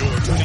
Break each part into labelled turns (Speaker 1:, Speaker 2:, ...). Speaker 1: Tune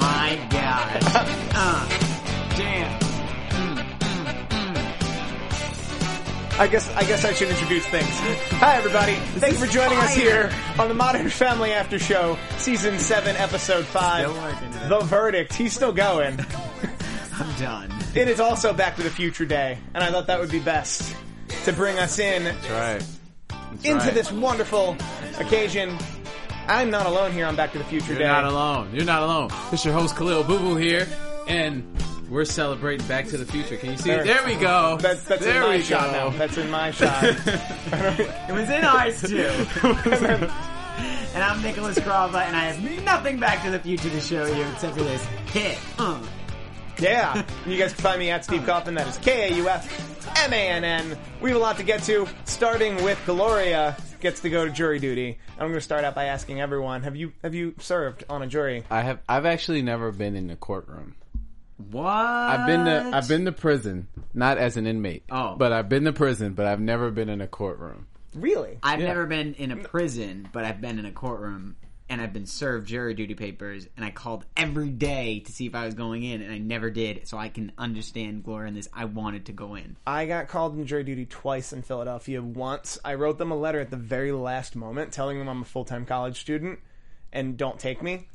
Speaker 2: my god. uh,
Speaker 3: Damn. I guess I guess I should introduce things. Hi everybody. Thanks for joining us here on the Modern Family After Show, season 7, episode 5.
Speaker 2: Still working it.
Speaker 3: The verdict. He's still going.
Speaker 2: I'm done.
Speaker 3: It is also Back to the Future Day, and I thought that would be best to bring us in
Speaker 4: Right.
Speaker 3: into
Speaker 4: right.
Speaker 3: this wonderful occasion. I'm not alone here on Back to the Future
Speaker 4: You're
Speaker 3: Day.
Speaker 4: not alone. You're not alone. It's your host Khalil Boo Boo here, and we're celebrating Back to the Future. Can you see?
Speaker 3: There.
Speaker 4: There, we go.
Speaker 3: That's that's
Speaker 4: there
Speaker 3: in my
Speaker 4: we
Speaker 3: shot now.
Speaker 4: go.
Speaker 3: That's in my shot.
Speaker 2: It was in ours too. and I'm Nicholas Krava, and I have nothing Back to the Future to show you except for this hit. Uh,
Speaker 3: Yeah. You guys can find me at Steve Coffin. That is K A U F M A N N. We have a lot to get to, starting with Gloria gets to go to jury duty. And I'm going to start out by asking everyone: Have you have you served on a jury?
Speaker 4: I have. I've actually never been in a courtroom.
Speaker 2: what?
Speaker 4: I've been to. I've been to prison, not as an inmate.
Speaker 2: Oh.
Speaker 4: But I've been to prison, but I've never been in a courtroom.
Speaker 3: Really?
Speaker 2: I've never been in a prison, but I've been in a courtroom. And I've been served jury duty papers, and I called every day to see if I was going in, and I never did. So I can understand Gloria in this. I wanted to go in.
Speaker 3: I got called in jury duty twice in Philadelphia. Once I wrote them a letter at the very last moment, telling them I'm a full time college student and don't take me.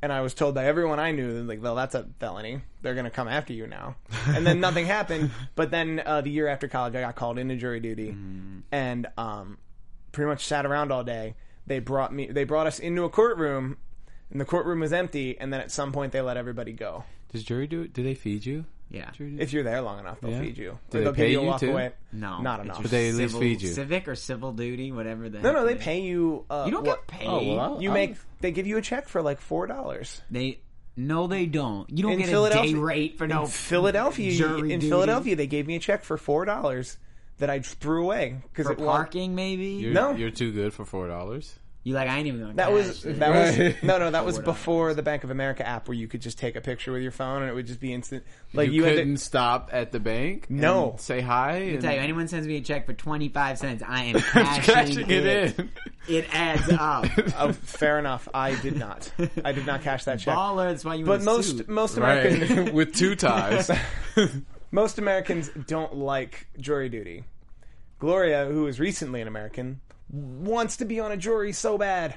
Speaker 3: And I was told by everyone I knew, like, well, that's a felony. They're going to come after you now. And then nothing happened. But then uh, the year after college, I got called into jury duty,
Speaker 4: Mm.
Speaker 3: and um, pretty much sat around all day. They brought me. They brought us into a courtroom, and the courtroom was empty. And then at some point, they let everybody go.
Speaker 4: Does jury do? Do they feed you?
Speaker 2: Yeah.
Speaker 4: Jury duty?
Speaker 3: If you're there long enough, they'll
Speaker 4: Yeah.
Speaker 3: feed you.
Speaker 4: Do
Speaker 3: Or
Speaker 4: they
Speaker 3: they'll
Speaker 4: pay
Speaker 3: give you a
Speaker 4: you,
Speaker 3: walk
Speaker 4: too?
Speaker 3: away.
Speaker 2: No,
Speaker 3: not
Speaker 2: it's
Speaker 3: enough.
Speaker 2: your
Speaker 4: But they at least
Speaker 2: civil-
Speaker 4: feed you.
Speaker 2: Civic or civil duty, whatever. The
Speaker 3: No, no, they
Speaker 2: heck it is.
Speaker 3: pay you. Uh,
Speaker 2: You don't
Speaker 3: what-
Speaker 2: get paid.
Speaker 4: Oh, well, I-
Speaker 3: You
Speaker 4: I-
Speaker 3: make. They give you a check for like four dollars.
Speaker 2: They no, they don't. You don't
Speaker 3: In
Speaker 2: get a day
Speaker 3: Philadelphia-
Speaker 2: rate for no
Speaker 3: Philadelphia.
Speaker 2: jury
Speaker 3: in
Speaker 2: duty.
Speaker 3: Philadelphia, they gave me a check for four dollars that I threw away because
Speaker 2: for
Speaker 3: it wa-
Speaker 2: parking. Maybe
Speaker 4: You're,
Speaker 2: you
Speaker 3: No.
Speaker 4: You're too good for four dollars.
Speaker 2: like I ain't even gonna.
Speaker 3: That was
Speaker 2: cash it.
Speaker 3: that was
Speaker 4: Right.
Speaker 3: no no that was before the Bank of America app where you could just take a picture with your phone and it would just be instant. Like
Speaker 4: you,
Speaker 3: you, had
Speaker 4: couldn't
Speaker 3: to,
Speaker 4: stop at the bank. and
Speaker 3: No.
Speaker 4: say hi. and-
Speaker 2: tell you, anyone sends me a check for twenty five cents, I am
Speaker 4: I'm
Speaker 2: cashing,
Speaker 4: cashing it in.
Speaker 2: It adds up.
Speaker 3: oh, fair enough. I did not. I did not cash that check.
Speaker 2: Baller. That's why you.
Speaker 3: but
Speaker 2: in a
Speaker 3: most
Speaker 2: suit.
Speaker 3: most Americans
Speaker 4: right. With two ties.
Speaker 3: most Americans don't like jury duty. Gloria, who is recently an American, wants to be on a jury so bad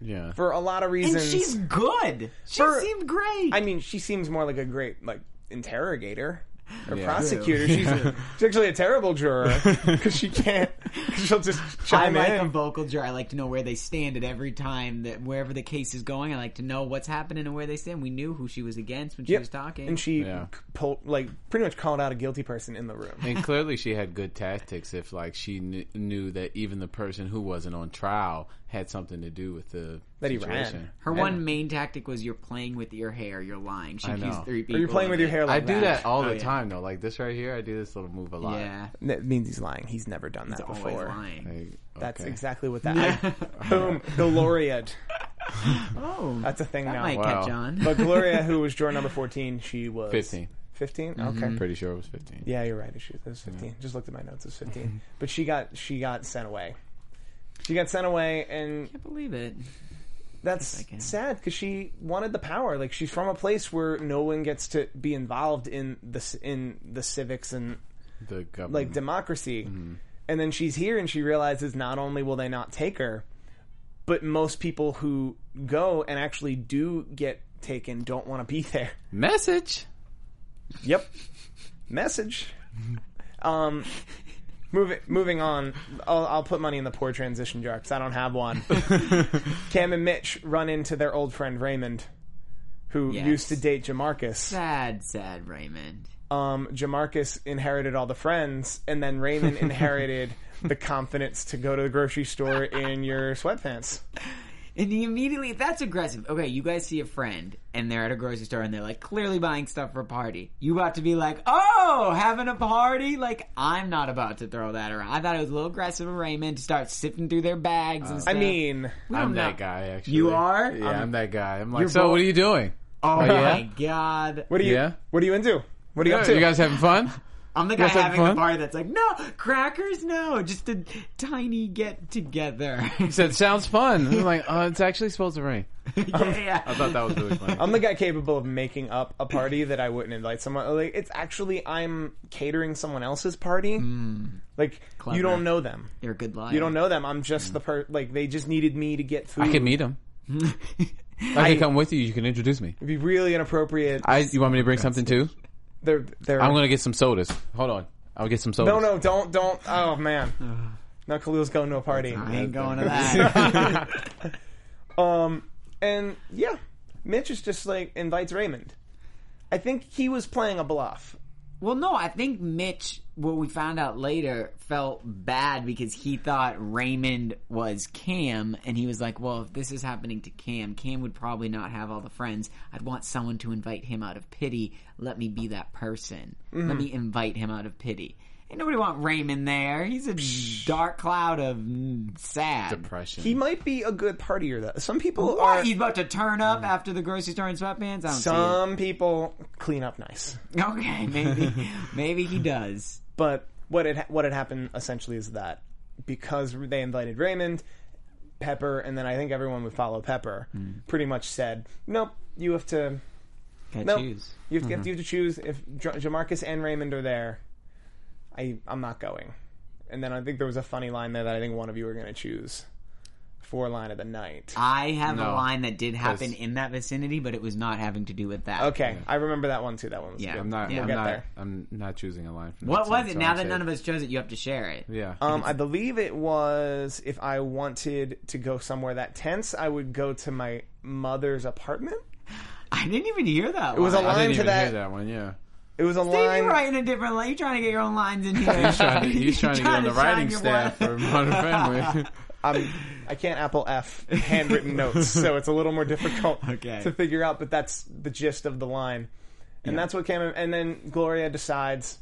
Speaker 4: yeah.
Speaker 3: for a lot of
Speaker 2: and
Speaker 3: reasons.
Speaker 2: she's good. She
Speaker 3: For-
Speaker 2: seemed great.
Speaker 3: I mean, she seems more like a great like interrogator or
Speaker 4: Yeah.
Speaker 3: prosecutor. She's, she's actually a terrible juror because she can't. she she'll just
Speaker 2: I
Speaker 3: chime
Speaker 2: like
Speaker 3: in.
Speaker 2: a vocal jury. I like to know where they stand at every time that wherever the case is going. I like to know what's happening and where they stand. We knew who she was against when she
Speaker 3: Yep.
Speaker 2: was talking.
Speaker 3: and she
Speaker 4: Yeah.
Speaker 3: c- pulled, like pretty much called out a guilty person in the room.
Speaker 4: And clearly, she had good tactics if, like, she kn- knew that even the person who wasn't on trial had something to do with the
Speaker 3: That he ran.
Speaker 4: situation.
Speaker 2: Her
Speaker 4: Yeah.
Speaker 2: one main tactic was you're playing with your hair, you're lying. She
Speaker 4: I
Speaker 2: accused
Speaker 4: know.
Speaker 2: three
Speaker 3: Or
Speaker 2: people.
Speaker 3: you're playing
Speaker 2: of
Speaker 3: with your
Speaker 2: it.
Speaker 3: hair
Speaker 4: I
Speaker 3: like
Speaker 4: do that all
Speaker 2: Oh,
Speaker 4: the
Speaker 2: yeah.
Speaker 4: time, though. Like this right here, I do this little move a lot.
Speaker 2: Yeah,
Speaker 3: That means he's lying. He's never done that
Speaker 2: always
Speaker 3: before.
Speaker 2: lying.
Speaker 4: Like,
Speaker 3: That's
Speaker 4: okay.
Speaker 3: exactly what that. I, boom, the laureate.
Speaker 2: Oh,
Speaker 3: That's a thing
Speaker 2: that
Speaker 3: now.
Speaker 2: might
Speaker 4: Wow.
Speaker 2: catch on.
Speaker 3: But Gloria, who was juror number fourteen, she was
Speaker 4: fifteen.
Speaker 3: 15?
Speaker 2: Mm-hmm.
Speaker 3: Okay.
Speaker 4: Pretty sure it was fifteen.
Speaker 3: Yeah, you're right. It shoot- it was 15. Just looked at my notes. It was
Speaker 2: Mm-hmm.
Speaker 3: 15. but she got she got sent away. She got sent away, and
Speaker 2: can't believe it.
Speaker 3: that's
Speaker 2: can.
Speaker 3: sad because she wanted the power. Like she's from a place where no one gets to be involved in the c- in the civics and
Speaker 4: The government.
Speaker 3: like democracy. And then she's here, and she realizes not only will they not take her, but most people who go and actually do get taken don't want to be there.
Speaker 4: Message.
Speaker 3: Yep. Message. Um, moving moving on. I'll, I'll put money in the poor transition jar because I don't have one. Cam and Mitch run into their old friend Raymond who
Speaker 2: Yes.
Speaker 3: used to date Jamarcus.
Speaker 2: Sad, sad Raymond.
Speaker 3: Um, Jamarcus inherited all the friends, and then Raymond inherited the confidence to go to the grocery store in your sweatpants.
Speaker 2: And he immediately, that's aggressive. Okay, you guys see a friend and they're at a grocery store and they're like clearly buying stuff for a party. You about to be like, oh, having a party? Like, I'm not about to throw that around. I thought it was a little aggressive of Raymond to start sifting through their bags and
Speaker 3: Uh, I
Speaker 2: stuff.
Speaker 3: mean,
Speaker 4: I'm
Speaker 2: don't
Speaker 4: that
Speaker 2: know.
Speaker 4: guy. Actually,
Speaker 2: You are?
Speaker 4: Yeah, I'm, that guy. I'm
Speaker 2: You're
Speaker 4: like, so
Speaker 2: both-
Speaker 4: what are you doing?
Speaker 2: oh
Speaker 4: yeah?
Speaker 2: my god.
Speaker 3: what are you?
Speaker 4: Yeah.
Speaker 3: What are you into? What are you up to?
Speaker 4: You guys having fun?
Speaker 2: I'm the guy
Speaker 4: Yes, I'm
Speaker 2: having the
Speaker 4: fun.
Speaker 2: party that's like, no, crackers, no, just a tiny get together.
Speaker 4: He said, "Sounds fun." I'm like, "Oh, it's actually supposed to rain."
Speaker 2: yeah, yeah.
Speaker 4: I thought that was really funny.
Speaker 3: I'm the guy capable of making up a party that I wouldn't invite someone. Like it's actually I'm catering someone else's party.
Speaker 4: Hmm.
Speaker 3: Like
Speaker 2: Clever.
Speaker 3: you don't know them.
Speaker 2: You're a good liar.
Speaker 3: You don't know them. I'm just the per. Like they just needed me to get food.
Speaker 4: Hmm. I can meet him. I can come with you. You can introduce me.
Speaker 3: It'd be really inappropriate.
Speaker 4: I. You want me to bring something too?
Speaker 3: they're they're.
Speaker 4: I'm gonna get some sodas. Hold on. I'll get some sodas.
Speaker 3: no, no, don't, don't. Oh man. now Khalil's going to a party.
Speaker 2: I ain't going to that.
Speaker 3: Um, and yeah, Mitch is just like invites Raymond. I think he was playing a bluff.
Speaker 2: well, no, I think Mitch, what we found out later, felt bad because he thought Raymond was Cam, and he was like, well, if this is happening to Cam, Cam would probably not have all the friends. I'd want someone to invite him out of pity. Let me be that person. Let me invite him out of pity. Ain't nobody want Raymond there. He's a dark cloud of mm, sad.
Speaker 4: Depression.
Speaker 3: He might be a good partier though. Some people
Speaker 2: What?
Speaker 3: are.
Speaker 2: He's about to turn up after the grocery store in sweatpants? I don't
Speaker 3: Some people clean up nice.
Speaker 2: see it. Okay, maybe. maybe he does.
Speaker 3: But what had what had happened essentially is that because they invited Raymond, Pepper, and then I think everyone would follow Pepper, pretty much said, "Nope, you have to,
Speaker 2: Got
Speaker 3: Nope.
Speaker 2: choose.
Speaker 3: you have, to you have to choose if J- Jamarcus and Raymond are there. I I'm not going." And then I think there was a funny line there that I think one of you were going to choose for line of the night.
Speaker 2: I have a
Speaker 4: No,
Speaker 2: line that did happen
Speaker 4: 'cause-
Speaker 2: in that vicinity, but it was not having to do with that.
Speaker 3: Okay, I remember that one too. That one was
Speaker 2: Yeah.
Speaker 3: good.
Speaker 4: I'm not. I'm
Speaker 2: Yeah.
Speaker 3: We'll get
Speaker 4: not.
Speaker 3: there.
Speaker 4: I'm not choosing a line. From
Speaker 2: What
Speaker 4: that
Speaker 2: was
Speaker 4: scene,
Speaker 2: it?
Speaker 4: so
Speaker 2: Now
Speaker 4: I'll
Speaker 2: that
Speaker 4: say-
Speaker 2: none of us chose it, you have to share it.
Speaker 4: Yeah.
Speaker 3: Um, I believe it was if I wanted to go somewhere that tense, I would go to my mother's apartment.
Speaker 2: I didn't even hear that. It
Speaker 3: was a
Speaker 4: I
Speaker 3: line
Speaker 4: didn't
Speaker 3: to
Speaker 4: even
Speaker 3: that-
Speaker 4: hear that one. Yeah.
Speaker 3: It was a
Speaker 2: You're
Speaker 3: line.
Speaker 2: writing a different line. You're trying to get your own lines in here.
Speaker 4: He's trying to, he's trying to get on the
Speaker 2: shine
Speaker 4: writing
Speaker 2: your
Speaker 4: staff
Speaker 2: one-
Speaker 4: for Modern Family.
Speaker 3: I'm, um, I can't Apple F handwritten notes, so it's a little more difficult
Speaker 2: Okay.
Speaker 3: to figure out. But that's the gist of the line, and that's what came. And then Gloria decides,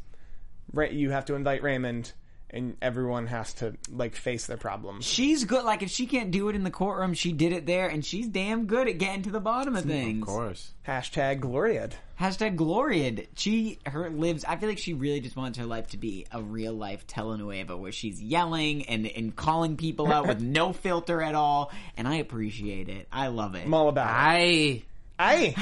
Speaker 3: Ra- you have to invite Raymond, and everyone has to like face their problem.
Speaker 2: She's good. Like if she can't do it in the courtroom, she did it there, and she's damn good at getting to the bottom of things.
Speaker 4: of course.
Speaker 3: Hashtag Gloria.
Speaker 2: Hashtag Gloriad. She her lives. I feel like she really just wants her life to be a real life telenovela where she's yelling and and calling people out with no filter at all. And I appreciate it. I love it.
Speaker 3: I'm all about. it.
Speaker 4: I.
Speaker 3: Hey,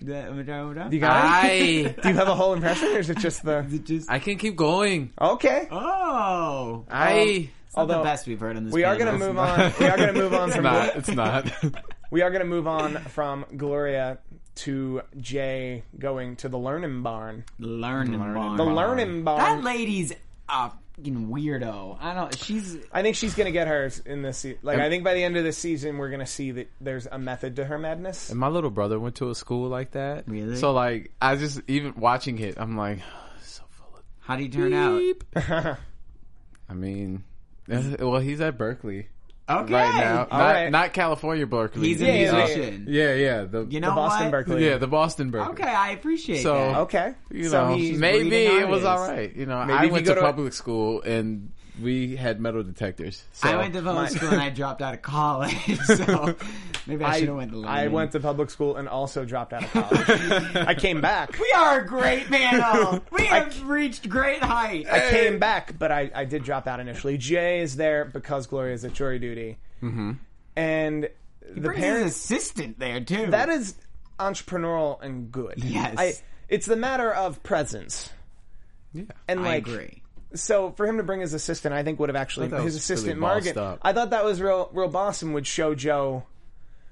Speaker 3: you
Speaker 2: You
Speaker 3: got it?
Speaker 4: I.
Speaker 3: Do you have a whole impression, or is it just the
Speaker 2: just
Speaker 4: I can keep going.
Speaker 3: okay?
Speaker 2: oh,
Speaker 3: Um,
Speaker 4: I.
Speaker 2: it's not
Speaker 3: although-
Speaker 2: the best we've heard on this.
Speaker 3: We are
Speaker 2: panel.
Speaker 3: gonna move on. We are gonna move on from
Speaker 4: Nah, it's not.
Speaker 3: we are gonna move on from Gloria to Jay going to the Learning Barn.
Speaker 2: Learn and learn.
Speaker 3: The Learning Barn.
Speaker 2: That lady's a fucking weirdo. I don't. She's
Speaker 3: I think she's going to get hers in this. Se- like, I think by the end of this season, we're going to see that there's a method to her madness.
Speaker 4: My little brother went to a school like that.
Speaker 2: Really?
Speaker 4: So like, I just even watching it, I'm like, so full of
Speaker 2: how do you turn out?
Speaker 4: beep. I mean, well, he's at Berkeley
Speaker 2: Okay.
Speaker 4: right now. Not,
Speaker 3: right.
Speaker 4: not California Berkeley.
Speaker 2: He's a
Speaker 3: Yeah, yeah, yeah.
Speaker 2: musician.
Speaker 4: yeah, yeah. The,
Speaker 2: You know
Speaker 3: the Boston
Speaker 2: what?
Speaker 3: Berkeley.
Speaker 4: Yeah, the Boston Berkeley.
Speaker 2: Okay, I appreciate
Speaker 4: So-
Speaker 2: that.
Speaker 3: Okay.
Speaker 4: you
Speaker 3: so
Speaker 4: know,
Speaker 3: he's
Speaker 4: maybe
Speaker 2: breeding
Speaker 4: it was
Speaker 2: artists.
Speaker 4: all right. You know,
Speaker 3: Maybe if
Speaker 4: I
Speaker 3: you
Speaker 4: went
Speaker 3: go
Speaker 4: to,
Speaker 3: to a-
Speaker 4: public school and we had metal detectors. So
Speaker 2: I went to public
Speaker 3: my-
Speaker 2: school and I dropped out of college, so maybe I, should
Speaker 3: I,
Speaker 2: have went to.
Speaker 3: I
Speaker 2: London.
Speaker 3: went to public school and also dropped out of college. I came back.
Speaker 2: We are a great panel. We have reached great heights.
Speaker 3: I came back, but I, I did drop out initially. Jay is there because Gloria is at jury duty. Mm-hmm. And the
Speaker 2: Brings his
Speaker 3: parents.
Speaker 2: assistant there too.
Speaker 3: That is entrepreneurial and good.
Speaker 2: Yes.
Speaker 3: I, it's the matter of presence.
Speaker 4: yeah.
Speaker 3: And
Speaker 2: I
Speaker 3: like,
Speaker 2: agree.
Speaker 3: so for him to bring his assistant, I think would have actually
Speaker 4: that
Speaker 3: his
Speaker 4: was
Speaker 3: assistant
Speaker 4: really bossed
Speaker 3: Morgan.
Speaker 4: up.
Speaker 3: I thought that was real, real boss and would show Joe,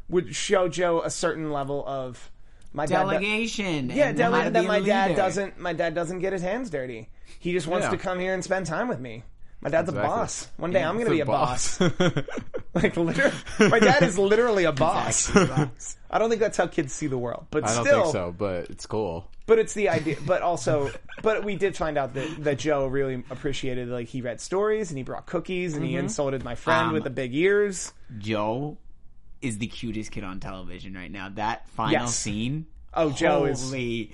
Speaker 3: would show Joe a certain level of my Dad,
Speaker 2: Delegation.
Speaker 3: do- yeah,
Speaker 2: and how
Speaker 3: delegate
Speaker 2: to be
Speaker 3: that
Speaker 2: a
Speaker 3: my dad
Speaker 2: leader.
Speaker 3: doesn't. My dad doesn't get his hands dirty. He just wants
Speaker 4: Yeah.
Speaker 3: to come here and spend time with me. My dad's
Speaker 4: Exactly.
Speaker 3: a boss. One day I'm going to be a boss.
Speaker 4: boss.
Speaker 3: Like, literally, my dad is literally a boss.
Speaker 2: Sucks.
Speaker 3: I don't think that's how kids see the world, but
Speaker 4: I don't
Speaker 3: still,
Speaker 4: think so, but it's cool.
Speaker 3: but it's the idea. But also, but we did find out that, that Joe really appreciated like he read stories and he brought cookies and he insulted my friend
Speaker 2: Um,
Speaker 3: with the big ears.
Speaker 2: Joe is the cutest kid on television right now. That final
Speaker 3: Yes.
Speaker 2: scene.
Speaker 3: Oh, Joe is-
Speaker 2: holy-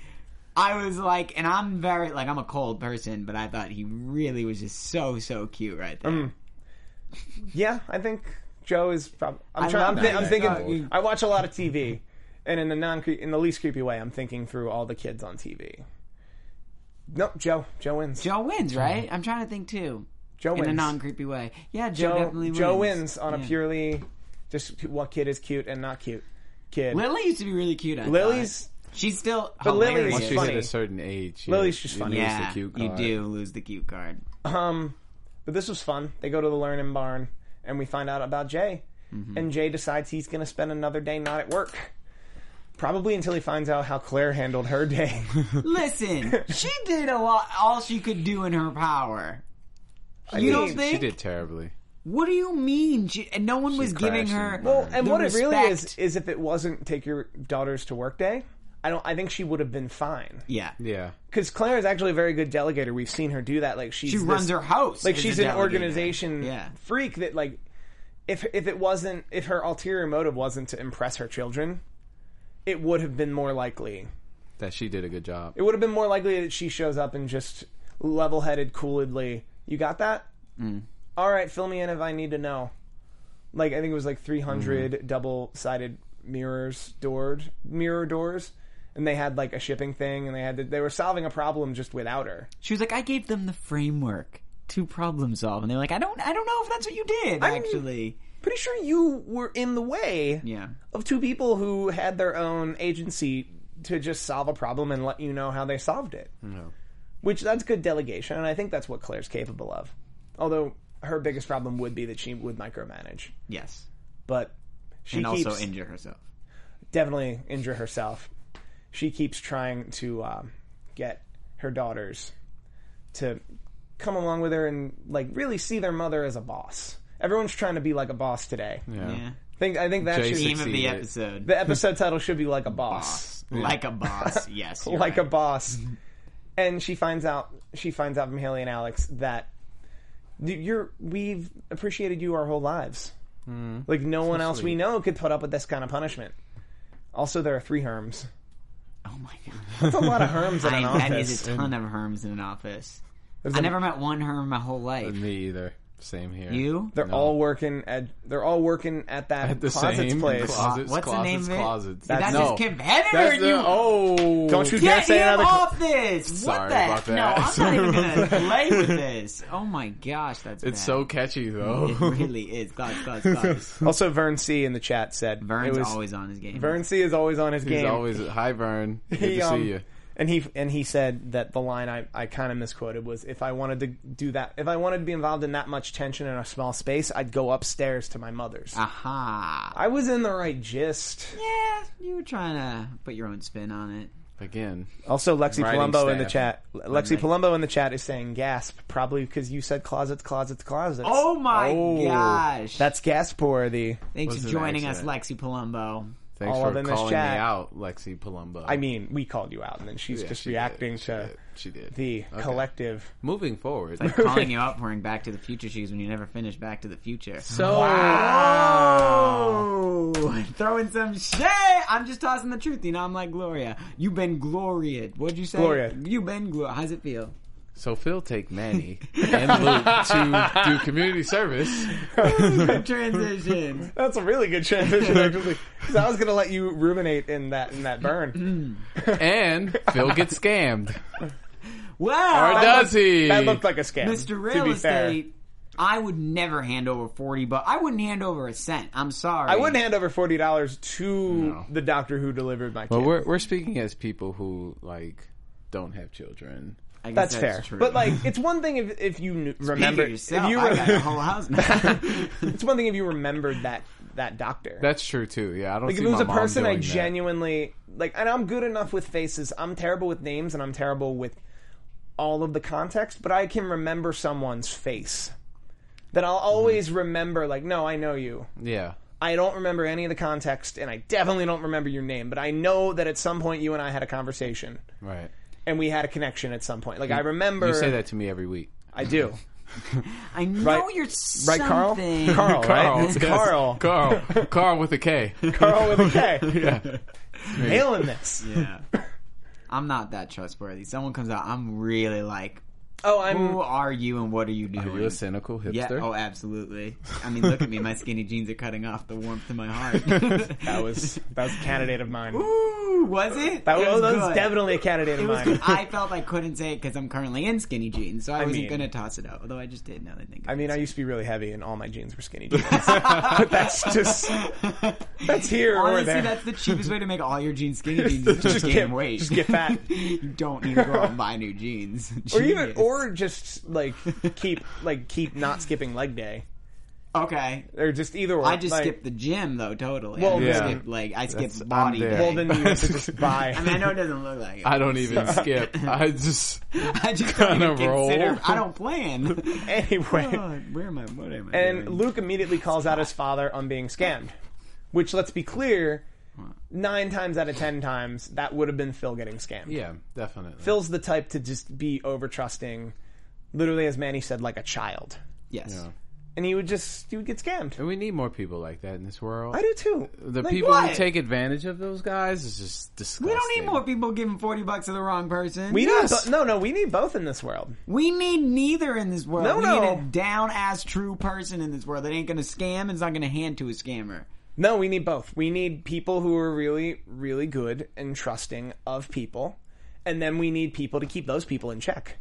Speaker 2: I was like, and I'm very like I'm a cold person, but I thought he really was just so so cute right there.
Speaker 3: Mm. Yeah, I think Joe is probably. I'm,
Speaker 2: I
Speaker 3: trying,
Speaker 2: love
Speaker 3: I'm, thi-
Speaker 2: that.
Speaker 3: I'm thinking.
Speaker 2: Oh, you-
Speaker 3: I watch a lot of TV, and in the non in the least creepy way, I'm thinking through all the kids on TV. Nope, Joe. Joe wins. Joe,
Speaker 2: Joe wins, right? I'm trying to think too, in
Speaker 3: wins.
Speaker 2: a non creepy way. Yeah, Joe, definitely
Speaker 3: Joe,
Speaker 2: wins.
Speaker 3: Joe wins on a
Speaker 2: Yeah.
Speaker 3: purely just what kid is cute and not cute kid.
Speaker 2: Lily used to be really cute. I
Speaker 3: Lily's
Speaker 2: thought. she's still
Speaker 3: But Lily
Speaker 2: hilarious.
Speaker 3: is
Speaker 4: Once
Speaker 3: It's
Speaker 4: she's at
Speaker 3: funny.
Speaker 4: a certain age, you-
Speaker 3: Lily's just
Speaker 4: you
Speaker 3: funny.
Speaker 4: lose the
Speaker 2: yeah,
Speaker 4: cute
Speaker 2: you
Speaker 4: card.
Speaker 2: do lose the cute card.
Speaker 3: Um, but this was fun. They go to the Learning Barn, and we find out about Jay.
Speaker 2: Mm-hmm.
Speaker 3: And Jay decides he's going to spend another day not at work. Probably until he finds out how Claire handled her day.
Speaker 2: Listen, she did a lot, all she could do in her power. you
Speaker 3: mean,
Speaker 2: don't
Speaker 3: she
Speaker 2: think?
Speaker 4: She did terribly.
Speaker 2: What do you mean? She, and no one was giving
Speaker 4: crashed
Speaker 2: her.
Speaker 4: and
Speaker 3: well, and
Speaker 2: the
Speaker 3: what it really is
Speaker 2: respect.
Speaker 3: is if it wasn't take your daughters to work day, I don't. I think she would have been fine
Speaker 2: yeah,
Speaker 4: Yeah.
Speaker 3: because Claire is actually a very good delegator. We've seen her do that. Like she's
Speaker 2: she
Speaker 3: this-
Speaker 2: runs her house.
Speaker 3: like
Speaker 2: as
Speaker 3: she's
Speaker 2: a
Speaker 3: an
Speaker 2: delegator.
Speaker 3: organization
Speaker 2: Yeah.
Speaker 3: freak that like if if it wasn't if her ulterior motive wasn't to impress her children it would have been more likely
Speaker 4: That she did a good job.
Speaker 3: it would have been more likely that she shows up and just level-headed cooledly you got that Mm. all right fill me in if i need to know like i think it was like 300 double-sided mirrors doored mirror doors and they had like a shipping thing and they had to, they were solving a problem just without her
Speaker 2: She was like, I gave them the framework to problem solve, and they're like, I don't, I don't know if that's what you did actually.
Speaker 3: pretty sure you were in the way
Speaker 2: Yeah,
Speaker 3: of two people who had their own agency to just solve a problem and let you know how they solved it. Which that's good delegation, and I think that's what Claire's capable of. Although her biggest problem would be that she would micromanage,
Speaker 2: yes,
Speaker 3: but she
Speaker 2: and
Speaker 3: keeps
Speaker 2: also injure herself.
Speaker 3: definitely injure herself. She keeps trying to um, get her daughters to come along with her and like really see their mother as a boss. Everyone's trying to be like a boss today.
Speaker 4: Yeah.
Speaker 2: Yeah,
Speaker 3: Think I think that
Speaker 4: Jay
Speaker 3: should,
Speaker 2: theme of the
Speaker 4: Oh. Succeeded.
Speaker 2: episode,
Speaker 3: the episode title should be like a boss.
Speaker 2: boss, like a boss. Yes, you're
Speaker 3: like
Speaker 2: right.
Speaker 3: a boss. And she finds out she finds out from Haley and Alex that th- you're we've appreciated you our whole lives.
Speaker 4: Mm-hmm.
Speaker 3: Like no one else we know could put up with this kind of punishment. Also, there are three herms.
Speaker 2: Oh my god.
Speaker 3: That's a lot of herms in an
Speaker 2: I, that is
Speaker 3: office.
Speaker 2: a ton of herms in an office.
Speaker 3: There's
Speaker 2: I
Speaker 3: a-
Speaker 2: never met one herm my whole life.
Speaker 4: Me either. Same here.
Speaker 2: You?
Speaker 3: They're all working at they're all working at that
Speaker 4: at the
Speaker 3: closets
Speaker 4: same
Speaker 3: place.
Speaker 4: Closets,
Speaker 2: What's the
Speaker 4: closets,
Speaker 2: name of it?
Speaker 4: Closets.
Speaker 2: That's
Speaker 4: no.
Speaker 2: his competitor.
Speaker 4: That's the-
Speaker 2: you
Speaker 4: oh,
Speaker 3: Don't you dare
Speaker 2: get
Speaker 3: say
Speaker 2: him
Speaker 3: another. cl-
Speaker 2: off this. what
Speaker 4: Sorry
Speaker 2: the?
Speaker 4: about that.
Speaker 2: No, I'm not
Speaker 4: Sorry
Speaker 2: even
Speaker 4: about
Speaker 2: gonna
Speaker 4: that.
Speaker 2: play with this. Oh my gosh, that's
Speaker 4: It's
Speaker 2: bad.
Speaker 4: so catchy though.
Speaker 2: It really is. Close, close, close.
Speaker 3: also, Vern C in the chat said it
Speaker 2: Vern's
Speaker 3: was,
Speaker 2: always on his game.
Speaker 3: Vern C is always on his
Speaker 4: He's
Speaker 3: game.
Speaker 4: always hi Vern. Good
Speaker 3: He,
Speaker 4: to
Speaker 3: um,
Speaker 4: see you.
Speaker 3: And he and he said that the line I, I kind of misquoted was if I wanted to do that if I wanted to be involved in that much tension in a small space I'd go upstairs to my mother's.
Speaker 4: Ah.
Speaker 2: Aha.
Speaker 3: I was in the right gist.
Speaker 2: Yeah, you were trying to put your own spin on it.
Speaker 4: Again,
Speaker 3: Also, Lexi
Speaker 4: Writing
Speaker 3: Palumbo in the
Speaker 4: staff.
Speaker 3: chat. Lexi Palumbo in the chat is saying gasp probably because you said closets, closets, closets.
Speaker 2: Oh my
Speaker 4: Oh.
Speaker 2: gosh.
Speaker 3: that's gasp worthy.
Speaker 2: Thanks
Speaker 4: was
Speaker 2: for
Speaker 4: an
Speaker 2: joining us,
Speaker 4: accident.
Speaker 2: Lexi Palumbo.
Speaker 4: thanks
Speaker 3: All
Speaker 4: for
Speaker 3: up in this
Speaker 4: calling
Speaker 3: chat.
Speaker 4: me out, Lexi Palumbo.
Speaker 3: I mean, we called you out, and then she's
Speaker 4: Yeah,
Speaker 3: just
Speaker 4: she did.
Speaker 3: reacting
Speaker 4: She
Speaker 3: to
Speaker 4: did. She did.
Speaker 3: the
Speaker 4: Okay.
Speaker 3: collective.
Speaker 4: Moving forward.
Speaker 2: Like calling you out for wearing Back to the Future shoes when you never finished Back to the Future.
Speaker 4: so
Speaker 2: Oh, throwing some shade. I'm just tossing the truth. You know, I'm like Gloria. You've been Gloria. What'd you say?
Speaker 3: Gloria.
Speaker 2: You've been Gloria. How's it feel?
Speaker 4: so Phil take Manny and Luke to do community service.
Speaker 2: Transition.
Speaker 3: That's a really good transition, actually. 'Cause I was going to let you ruminate in that in that burn.
Speaker 4: and Phil gets scammed. Or
Speaker 2: Wow.
Speaker 4: does he?
Speaker 3: That looked like a scam,
Speaker 2: Mr.
Speaker 3: to
Speaker 2: Real
Speaker 3: be fair.
Speaker 2: Estate. I would never hand over 40 bucks. I wouldn't hand over a cent. I'm sorry.
Speaker 3: I wouldn't hand over forty dollars to
Speaker 4: No.
Speaker 3: the doctor who delivered my kid.
Speaker 4: But we're we're speaking as people who like don't have children.
Speaker 2: I guess
Speaker 3: that's, fair.
Speaker 2: True.
Speaker 3: But like, it's one thing if if you knew, remember
Speaker 2: remember yourself.
Speaker 3: if you
Speaker 2: I got a
Speaker 3: re-
Speaker 2: whole house now.
Speaker 3: it's one thing if you remembered that that doctor.
Speaker 4: That's true too. Yeah, I don't.
Speaker 3: like
Speaker 4: see
Speaker 3: if it was
Speaker 4: my
Speaker 3: a
Speaker 4: mom
Speaker 3: person I
Speaker 4: doing that.
Speaker 3: genuinely like, and I'm good enough with faces. I'm terrible with names, and I'm terrible with all of the context. But I can remember someone's face. that I'll
Speaker 4: Mm-hmm.
Speaker 3: always remember. Like, no, I know you.
Speaker 4: Yeah.
Speaker 3: I don't remember any of the context, and I definitely don't remember your name. But I know that at some point you and I had a conversation,
Speaker 4: Right.
Speaker 3: and we had a connection at some point. Like I remember.
Speaker 4: You say that to me every week.
Speaker 3: I do.
Speaker 2: I know
Speaker 3: Right-
Speaker 2: you're
Speaker 3: Right, Carl?
Speaker 2: something.
Speaker 3: Carl, right?
Speaker 4: yes.
Speaker 3: It's Carl.
Speaker 4: Carl. Carl with a K.
Speaker 3: Carl with a K. Nailing this.
Speaker 2: Yeah. I'm not that trustworthy. Someone comes out, I'm really like,
Speaker 3: Oh, I'm.
Speaker 2: who are you and what are you doing?
Speaker 4: Are you a cynical hipster?
Speaker 2: yeah, oh, absolutely. I mean, look at me. My skinny jeans are cutting off the warmth to my heart. that
Speaker 3: That was that was a candidate of mine.
Speaker 2: Ooh, was it?
Speaker 3: That was, that
Speaker 2: It
Speaker 3: was
Speaker 2: good.
Speaker 3: definitely a candidate
Speaker 2: It
Speaker 3: of
Speaker 2: was
Speaker 3: mine.
Speaker 2: good. I felt I couldn't say it because I'm currently in skinny jeans, so I, wasn't
Speaker 3: mean-
Speaker 2: gonna toss it out. Although I just did. Now that I think. Of
Speaker 3: I
Speaker 2: it.
Speaker 3: mean, I used to be really heavy, and all my jeans were skinny jeans. but that's just that's here or
Speaker 2: honestly,
Speaker 3: there.
Speaker 2: that's the cheapest way to make all your jeans skinny jeans. Is just
Speaker 3: Just
Speaker 2: gain
Speaker 3: get-
Speaker 2: weight.
Speaker 3: just get fat.
Speaker 2: you don't need to go out and buy new jeans.
Speaker 3: or even
Speaker 2: Genius.
Speaker 3: or just like keep like keep not skipping leg day,
Speaker 2: okay.
Speaker 3: or just either or.
Speaker 2: I just
Speaker 3: like,
Speaker 2: skipped the gym though, totally.
Speaker 3: Well,
Speaker 2: I
Speaker 4: Yeah.
Speaker 2: skipped, like I skipped
Speaker 4: That's- I'm
Speaker 2: body
Speaker 4: there.
Speaker 2: day.
Speaker 3: Well, then you have to just buy.
Speaker 2: I mean, I know it doesn't look like it.
Speaker 4: I don't even skip. I just
Speaker 2: I just don't
Speaker 4: Kinda
Speaker 2: even consider.
Speaker 4: roll.
Speaker 2: I don't plan.
Speaker 3: anyway,
Speaker 2: God, where am I? What am I?
Speaker 3: and
Speaker 2: doing?
Speaker 3: Luke immediately calls out his father on being scammed, which let's be clear, nine times out of ten times that would have been Phil getting scammed.
Speaker 4: yeah, definitely.
Speaker 3: Phil's the type to just be over trusting, literally as Manny said, like a child,
Speaker 2: yes,
Speaker 4: Yeah.
Speaker 3: and he would just he would get scammed.
Speaker 4: And we need more people like that in this world.
Speaker 3: I do too.
Speaker 4: The
Speaker 3: Like,
Speaker 4: people
Speaker 2: what?
Speaker 4: who take advantage of those guys is just disgusting.
Speaker 2: we don't need more people giving forty bucks to the wrong person.
Speaker 3: We
Speaker 4: Yes.
Speaker 3: need bo- no, no. We need both in this world.
Speaker 2: We need neither in this world.
Speaker 3: No,
Speaker 2: we
Speaker 3: no.
Speaker 2: need a down ass true person in this world that ain't gonna scam and is not gonna hand to a scammer.
Speaker 3: No, we need both. We need people who are really, really good and trusting of people, and then we need people to keep those people in check.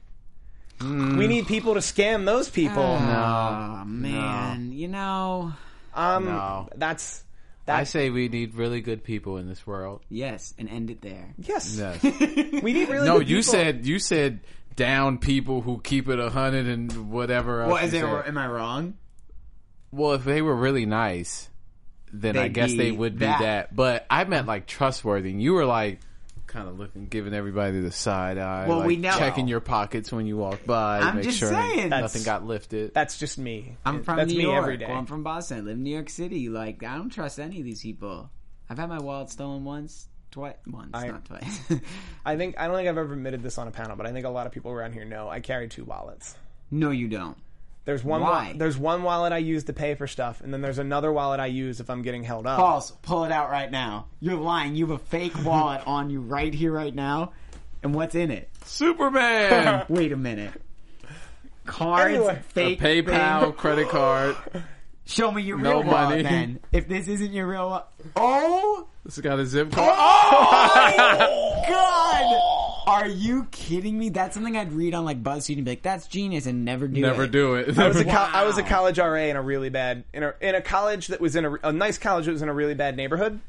Speaker 2: Mm.
Speaker 3: We need people to scam those people.
Speaker 2: Oh man, you know,
Speaker 3: um,
Speaker 4: no.
Speaker 3: that's
Speaker 4: I
Speaker 3: that's
Speaker 4: say we need really good people in this world.
Speaker 2: yes, and end it there.
Speaker 3: yes.
Speaker 4: Yes.
Speaker 3: We need really.
Speaker 4: no,
Speaker 3: good
Speaker 4: you
Speaker 3: people.
Speaker 4: said you said down people who keep it a hundred and whatever. Else
Speaker 2: Well, is
Speaker 4: you
Speaker 2: it,
Speaker 4: said.
Speaker 2: am I wrong?
Speaker 4: Well, if they were really nice, then I
Speaker 2: They'd
Speaker 4: guess
Speaker 2: be
Speaker 4: they would be
Speaker 2: that.
Speaker 4: that. But I meant like trustworthy. And you were like kind of looking, giving everybody the side eye.
Speaker 2: Well,
Speaker 4: like,
Speaker 2: we know-
Speaker 4: checking your pockets when you walk by.
Speaker 2: I'm
Speaker 4: make
Speaker 2: just
Speaker 4: sure
Speaker 2: saying.
Speaker 4: nothing
Speaker 3: That's-
Speaker 4: got lifted.
Speaker 3: that's just me.
Speaker 2: I'm from
Speaker 3: that's
Speaker 2: New
Speaker 3: me
Speaker 2: York.
Speaker 3: every day.
Speaker 2: Well, I'm from Boston. I live in New York City. Like, I don't trust any of these people. I've had my wallet stolen once, twice, once, not twice.
Speaker 3: I think I don't think I've ever admitted this on a panel, but I think a lot of people around here know I carry two wallets.
Speaker 2: no, you don't.
Speaker 3: There's one.
Speaker 2: Why?
Speaker 3: wa- there's one wallet I use to pay for stuff, and then there's another wallet I use if I'm getting held up.
Speaker 2: False. Pull it out right now. You're lying. You have a fake wallet on you right here, right now. And what's in it?
Speaker 4: Superman,
Speaker 2: Wait a minute. Cards,
Speaker 3: Anyway.
Speaker 2: fake
Speaker 4: PayPal,
Speaker 2: thing.
Speaker 4: credit card.
Speaker 2: Show me your
Speaker 4: No
Speaker 2: real
Speaker 4: money.
Speaker 2: wallet, then. If this isn't your real, wa- oh
Speaker 4: It's got a zip code.
Speaker 2: Oh, god, are you kidding me? That's something I'd read on like BuzzFeed and be like, "That's genius," and never do
Speaker 4: Never
Speaker 2: it.
Speaker 4: do it.
Speaker 3: I was, a
Speaker 4: Never-
Speaker 3: col- I was a
Speaker 2: Wow.
Speaker 3: college RA in a really bad in a in a college that was in a, a nice college that was in a really bad neighborhood,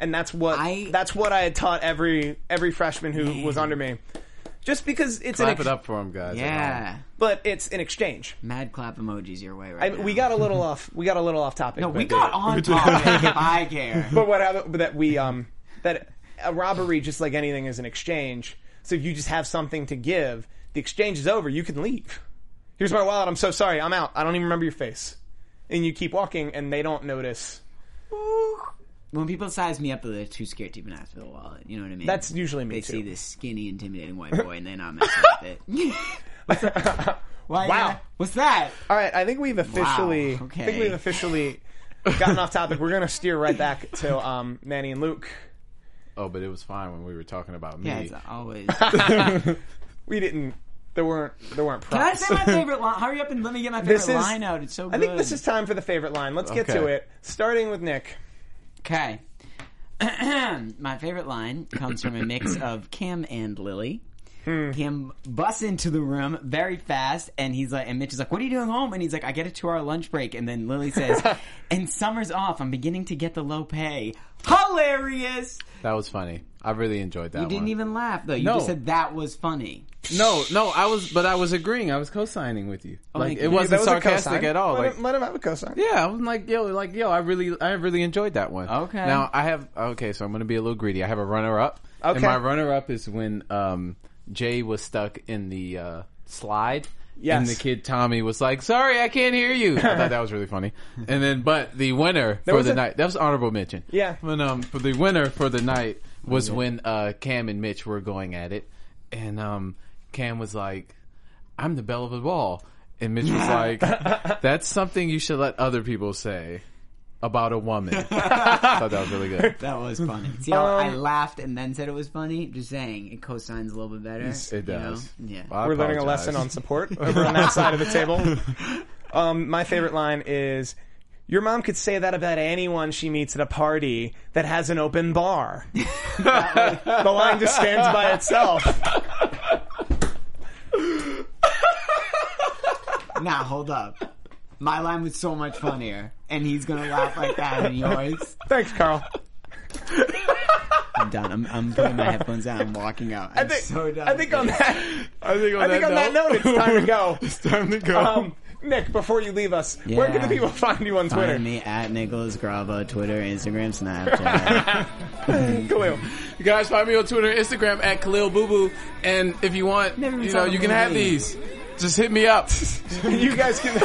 Speaker 3: and that's what
Speaker 2: I-
Speaker 3: that's what I had taught every every freshman who was under me. Just because it's an
Speaker 4: Clap
Speaker 3: ex-
Speaker 4: it up for him, guys. at
Speaker 2: Yeah,
Speaker 4: home.
Speaker 3: but it's an exchange.
Speaker 2: mad clap emojis your way
Speaker 3: I,
Speaker 2: right now.
Speaker 3: we got a little off we got a little off topic.
Speaker 2: no, we
Speaker 3: but-
Speaker 2: got on topic. if I care.
Speaker 3: But what happened but that we um that a robbery just like anything is an exchange. So if you just have something to give, the exchange is over. You can leave. Here's my wallet. I'm so sorry. I'm out. I don't even remember your face. And you keep walking, and they don't notice.
Speaker 2: When people size me up, they're too scared to even ask for the wallet. You know what I mean?
Speaker 3: That's usually me
Speaker 2: they
Speaker 3: too.
Speaker 2: see this skinny, intimidating white boy, and they're not messing with it. Why, uh,
Speaker 3: Wow.
Speaker 2: what's that?
Speaker 3: All right, I think we've officially.
Speaker 2: Wow,
Speaker 3: I think we've
Speaker 2: okay.
Speaker 3: officially gotten off topic. We're gonna steer right back to um, Manny and Luke.
Speaker 4: Oh, but it was fine when we were talking about me.
Speaker 2: Yeah, it's always.
Speaker 3: We didn't. There weren't. There weren't.
Speaker 2: Can I
Speaker 3: Props.
Speaker 2: say my favorite line? Hurry up and let me get my favorite
Speaker 3: This is-
Speaker 2: line out. It's so good.
Speaker 3: I think this is time for the favorite line. Let's get
Speaker 4: Okay.
Speaker 3: to it. Starting with Nick.
Speaker 2: Okay. My favorite line comes from a mix of Kim and Lily.
Speaker 3: Hmm.
Speaker 2: Kim busts into the room very fast, and he's like, and Mitch is like, "What are you doing home?" And he's like, "I get a two-hour lunch break." And then Lily says, "And summer's off. I'm beginning to get the low pay." Hilarious!
Speaker 4: That was funny. I really enjoyed that.
Speaker 2: You didn't
Speaker 4: one.
Speaker 2: even laugh though. You
Speaker 4: No.
Speaker 2: just said that was funny.
Speaker 4: No, no, I was, but I was agreeing. I was co-signing with you.
Speaker 2: thank
Speaker 4: like
Speaker 2: Oh, you.
Speaker 4: it
Speaker 3: That
Speaker 4: wasn't
Speaker 3: was a
Speaker 4: sarcastic
Speaker 3: cosign.
Speaker 4: at all.
Speaker 3: Let,
Speaker 4: Like
Speaker 3: him, let him have a cosign.
Speaker 4: Yeah, I'm like yo, like yo. I really, I really enjoyed that one.
Speaker 2: Okay.
Speaker 4: Now I have okay, so I'm gonna be a little greedy. I have a runner up.
Speaker 3: Okay.
Speaker 4: And my runner up is when um Jay was stuck in the uh, slide
Speaker 3: Yes.
Speaker 4: And the kid Tommy was like, "Sorry, I can't hear you." I thought that was really funny. And then, but the winner for
Speaker 3: was
Speaker 4: the
Speaker 3: a-
Speaker 4: night that was honorable mention.
Speaker 3: Yeah.
Speaker 4: When um, for the winner for the night was when uh Cam and Mitch were going at it, and um, Cam was like, "I'm the belle of the ball," and Mitch was like, "That's something you should let other people say." About a woman, I thought that was really good.
Speaker 2: That was funny. See how I laughed and then said it was funny? Just saying, it co-signs a little bit better.
Speaker 4: It
Speaker 2: you
Speaker 4: does.
Speaker 2: know? Yeah.
Speaker 4: Well, I
Speaker 3: We're learning a
Speaker 4: apologize.
Speaker 3: lesson on support over on that side of the table. Um, my favorite line is Your mom could say that about anyone she meets at a party that has an open bar. the line just stands by itself.
Speaker 2: Now, hold up. My line was so much funnier, and he's gonna laugh like that, and yours.
Speaker 3: Thanks, Carl.
Speaker 2: I'm done. I'm, I'm putting my headphones down. I'm walking out. I'm
Speaker 3: I think,
Speaker 2: so done.
Speaker 3: I think on that,
Speaker 4: I think on,
Speaker 3: I think on that note, it's time to go.
Speaker 4: it's time to go.
Speaker 3: Um, Nick, before you leave us, where can
Speaker 2: Yeah.
Speaker 3: the people find you on Twitter?
Speaker 2: Find me at Nicholas Grabo, Twitter, Instagram, Snapchat.
Speaker 3: Khalil.
Speaker 4: You guys find me on Twitter, Instagram at Khalil Boo Boo, and if you want,
Speaker 2: Never even
Speaker 4: you
Speaker 2: saw
Speaker 4: know,
Speaker 2: the
Speaker 4: you can have
Speaker 2: movie.
Speaker 4: these. Just hit me up.
Speaker 3: And you guys can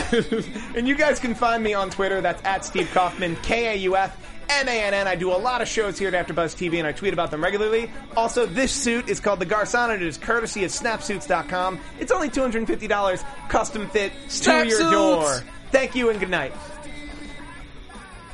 Speaker 3: and you guys can find me on Twitter. That's at Steve Kaufman, K A U F M A N N. I do a lot of shows here at AfterBuzz TV, and I tweet about them regularly. Also, this suit is called the Garçon, and it is courtesy of Snapsuits.com. It's only two hundred and fifty dollars, custom fit to your
Speaker 4: Snapsuits!
Speaker 3: door. Thank you and good night.